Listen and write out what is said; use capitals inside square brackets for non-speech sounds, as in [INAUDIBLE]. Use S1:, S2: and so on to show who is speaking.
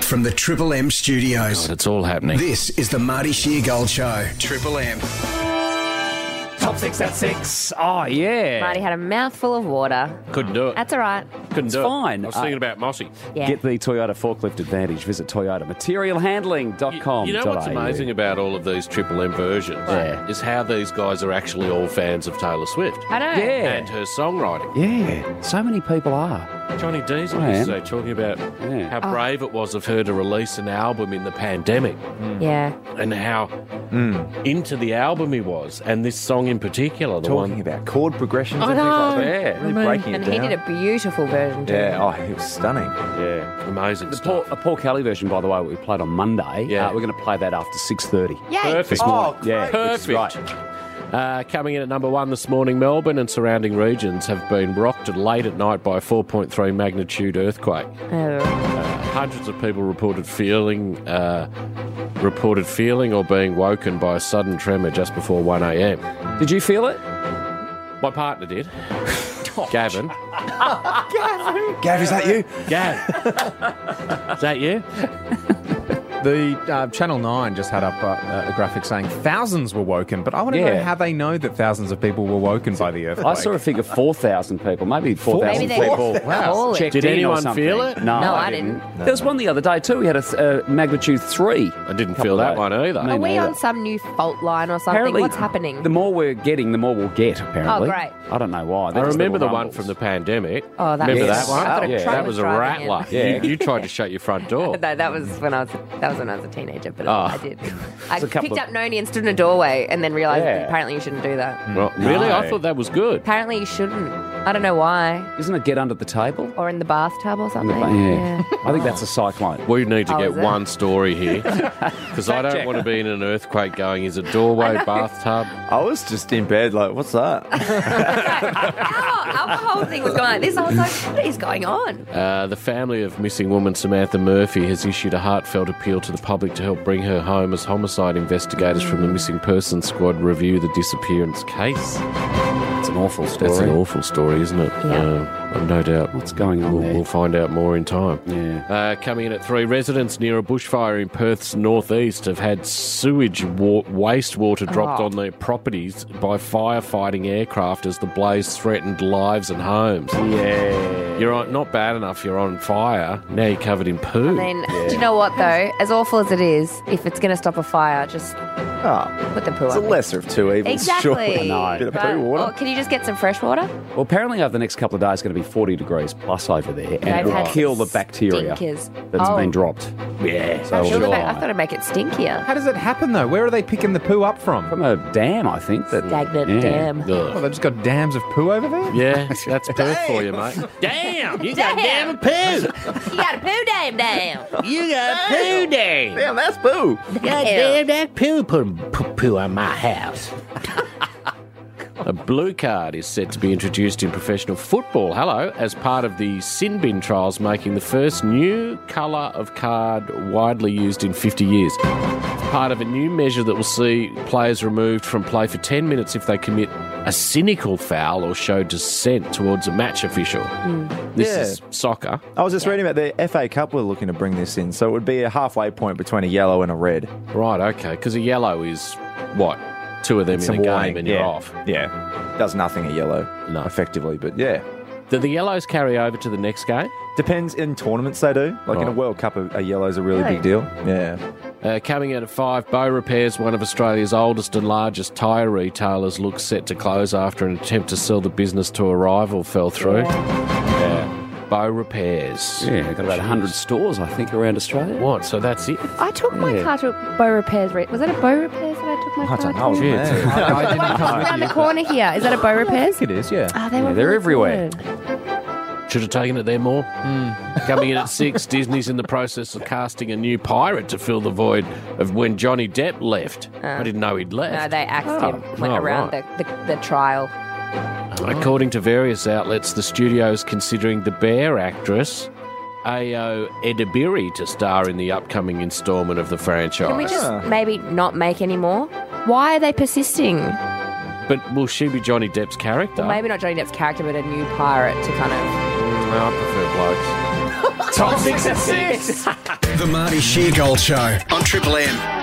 S1: from the Triple M studios.
S2: It's all happening.
S1: This is the Marty Sheargold Show. Triple M.
S2: Top six at six. Oh, yeah.
S3: Marty had a mouthful of water.
S2: Couldn't do it.
S3: That's all right.
S2: Couldn't
S4: It's
S2: do
S4: fine.
S2: it. I was
S4: Uh,
S2: thinking about Mossy.
S3: Yeah.
S4: Get the Toyota forklift advantage. Visit toyotamaterialhandling.com.
S2: You know what's amazing about all of these Triple M versions
S4: Yeah.
S2: is how these guys are actually all fans of Taylor Swift
S3: I know.
S4: Yeah.
S2: and her songwriting.
S4: Yeah, so many people are.
S2: Johnny Dees on
S4: I am.
S2: yesterday talking about
S4: Yeah. Oh.
S2: how brave it was of her to release an album in the pandemic
S3: Yeah.
S2: and how into the album he was, and this song in particular, the
S5: Talking
S2: one.
S5: about chord progressions
S3: I
S5: and things like
S3: know.
S5: that. Really breaking
S3: And
S5: it
S3: he
S5: down.
S3: did a beautiful version too.
S5: yeah, oh, it was stunning.
S4: Yeah.
S2: Amazing
S4: The Paul,
S2: stuff.
S4: a Paul Kelly version, by the way, we played on Monday.
S2: Yeah.
S4: Uh, we're going to play that after 6.30.
S3: Yay.
S2: Perfect.
S5: Oh,
S4: Yeah,
S2: Perfect.
S4: which is
S2: Uh, coming in at number one this morning, Melbourne and surrounding regions have been rocked late at night by a 4.3 magnitude earthquake.
S3: Oh.
S2: Hundreds of people reported feeling, uh, reported feeling or being woken by a sudden tremor just before 1 a.m.
S4: right. Did you feel it?
S2: My partner did, Gavin.
S5: Gav, is that you?
S6: [LAUGHS]
S2: Gav, is that you?
S6: The uh, Channel Nine just had up uh, a graphic saying thousands were woken, but I want to
S4: Yeah.
S6: know how they know that thousands of people were woken by the earthquake.
S4: I saw a figure 4,000 people, maybe 4,000
S3: Maybe they
S4: people.
S3: call it.
S4: checked
S2: Did
S4: in or
S2: anyone
S4: something.
S2: feel it?
S4: No,
S3: No, I
S4: There was one the other day too. We had a th- uh, magnitude three.
S2: I didn't feel that one either.
S3: Are
S4: No.
S3: we
S4: neither.
S3: on some new fault line or something?
S4: Apparently, uh,
S3: What's happening?
S4: The more we're getting, the more we'll get. Apparently.
S3: Oh, great.
S4: I don't know why.
S2: I
S4: They're just
S2: remember the
S4: little
S2: one
S4: rumbles.
S2: from the pandemic.
S3: Oh, that
S2: remember
S3: was-
S2: that one?
S3: I've got a
S2: yeah.
S3: trauma
S2: That was a
S3: driving
S2: rattler.
S3: in.
S2: You, you tried to shut your front door.
S3: no, [LAUGHS] that was when I was that was when I was a teenager, but I
S4: [LAUGHS]
S3: did. I
S4: Ah. a couple
S3: picked
S4: of-
S3: up Noni and stood in a doorway, and then realised
S4: Yeah.
S3: apparently you shouldn't do that.
S2: Well, really, I
S4: No.
S2: thought that was good.
S3: Apparently you shouldn't. I don't know why,
S4: Isn't it get under the table?
S3: or in the bathtub or something.
S4: yeah. I think that's a cyclone.
S2: We need to
S3: Oh,
S2: get
S3: is it?
S2: one story here
S3: [LAUGHS]
S2: because I don't want to be in an earthquake. Going is a
S3: [LAUGHS]
S2: doorway, bathtub.
S5: I was just in bed, like, what's that?
S3: Oh, Our, our whole thing was going like this. I was like, what is going on?
S2: Uh, the family of missing woman Samantha Murphy has issued a heartfelt appeal to the public to help bring her home as homicide investigators from the missing persons squad review the disappearance case.
S4: It's an awful story.
S2: That's an awful story, isn't it?
S3: Yeah.
S2: Uh, I've no doubt.
S4: What's going on
S2: We'll,
S4: there?
S2: we'll find out more in time.
S4: Yeah.
S2: Uh, coming in at three, residents near a bushfire in Perth's northeast have had sewage wa- wastewater dropped
S3: Oh.
S2: on their properties by firefighting aircraft as the blaze threatened lives and homes.
S4: Yeah.
S2: You're on, not bad enough. You're on fire. Now you're covered in poo.
S3: I mean, do you know what though? As awful as it is, if it's going to stop a fire, just
S5: Ah,
S3: put the poo
S5: it's a
S3: on.
S5: lesser of two evils, surely.
S3: Exactly.
S4: No.
S5: Bit of poo
S3: But- oh.
S5: water.
S3: Or can you just get some fresh water?
S4: Well, apparently over the next couple of days, it's going to be 40 degrees plus over there, and
S3: They've
S4: it'll
S3: had
S4: kill the bacteria that's
S3: stinkers. Oh.
S4: been dropped. Yeah. So
S3: I'm sure
S4: it'll
S3: the
S4: be
S3: ba- I
S4: fine.
S3: thought it'd make it stinkier.
S6: How does it happen though? Where are they picking the poo up from?
S4: from a dam, I think. That,
S3: Stagnant
S4: yeah.
S3: dam.
S2: Ugh.
S6: Well, they've just got dams of poo over there.
S2: Yeah, that's Perth for you, mate. Damn, you got
S3: Damn.
S2: damn poo.
S3: You got a poo dam down.
S2: You got poo day.
S5: Damn, that's boo.
S6: Oh,
S2: God damn that poo put poo, poo on my house. A blue card is set to be introduced in professional football, hello, as part of the sin bin trials, making the first new colour of card widely used in 50 years. It's part of a new measure that will see players removed from play for 10 minutes if they commit a cynical foul or show dissent towards a match official. This
S5: Hmm. Yeah.
S2: is soccer.
S5: I was just reading about the FA Cup were looking to bring this in, so it would be a halfway point between a yellow and a red.
S2: Right, okay, because a yellow is what? Two of them
S5: It's
S2: in
S5: a
S2: a game
S5: warning,
S2: and
S5: yeah.
S2: you're off.
S5: Yeah. Does nothing a yellow,
S2: No.
S5: effectively, but yeah.
S2: Do the yellows carry over to the next game?
S5: Depends in tournaments they do. Like in a
S2: Right.
S5: World Cup, a, a yellow's a really
S3: Really?
S5: big deal. Yeah.
S2: Uh, coming out at five, Bow Repairs, one of Australia's oldest and largest tyre retailers, looks set to close after an attempt to sell the business to a rival fell through. Bow Repairs.
S4: Yeah, they've got about 100 stores, I think, around Australia.
S2: What? So that's it?
S3: [LAUGHS] I took my
S4: Yeah.
S3: car to a bow repairs. Re- was that a bow repairs that I took my
S5: I
S3: car
S5: don't know. I was
S3: to?
S5: mad.
S6: I didn't come with
S3: Around
S6: you.
S3: the corner here. Is that a bow repairs?
S6: It is, yeah.
S3: Oh, they were
S4: they're
S3: really
S4: everywhere.
S3: good.
S2: Should have taken it there more. [LAUGHS] Coming in at six, Disney's in the process of casting a new pirate to fill the void of when Johnny Depp left. I didn't know he'd left.
S3: No, they axed him went
S2: oh,
S3: around
S2: right.
S3: the, the, the trial.
S2: Uh-huh. According to various outlets, the studio is considering the Bear actress Ayo Edebiri to star in the upcoming instalment of the franchise.
S5: Oh.
S3: Can we just maybe not make any more? Why are they persisting? Well,
S2: But will she be Johnny Depp's character?
S3: maybe not Johnny Depp's character, but a new pirate to kind of.
S2: No, I prefer blokes.
S4: Top six at six.
S1: The Marty Sheargold Show on Triple M.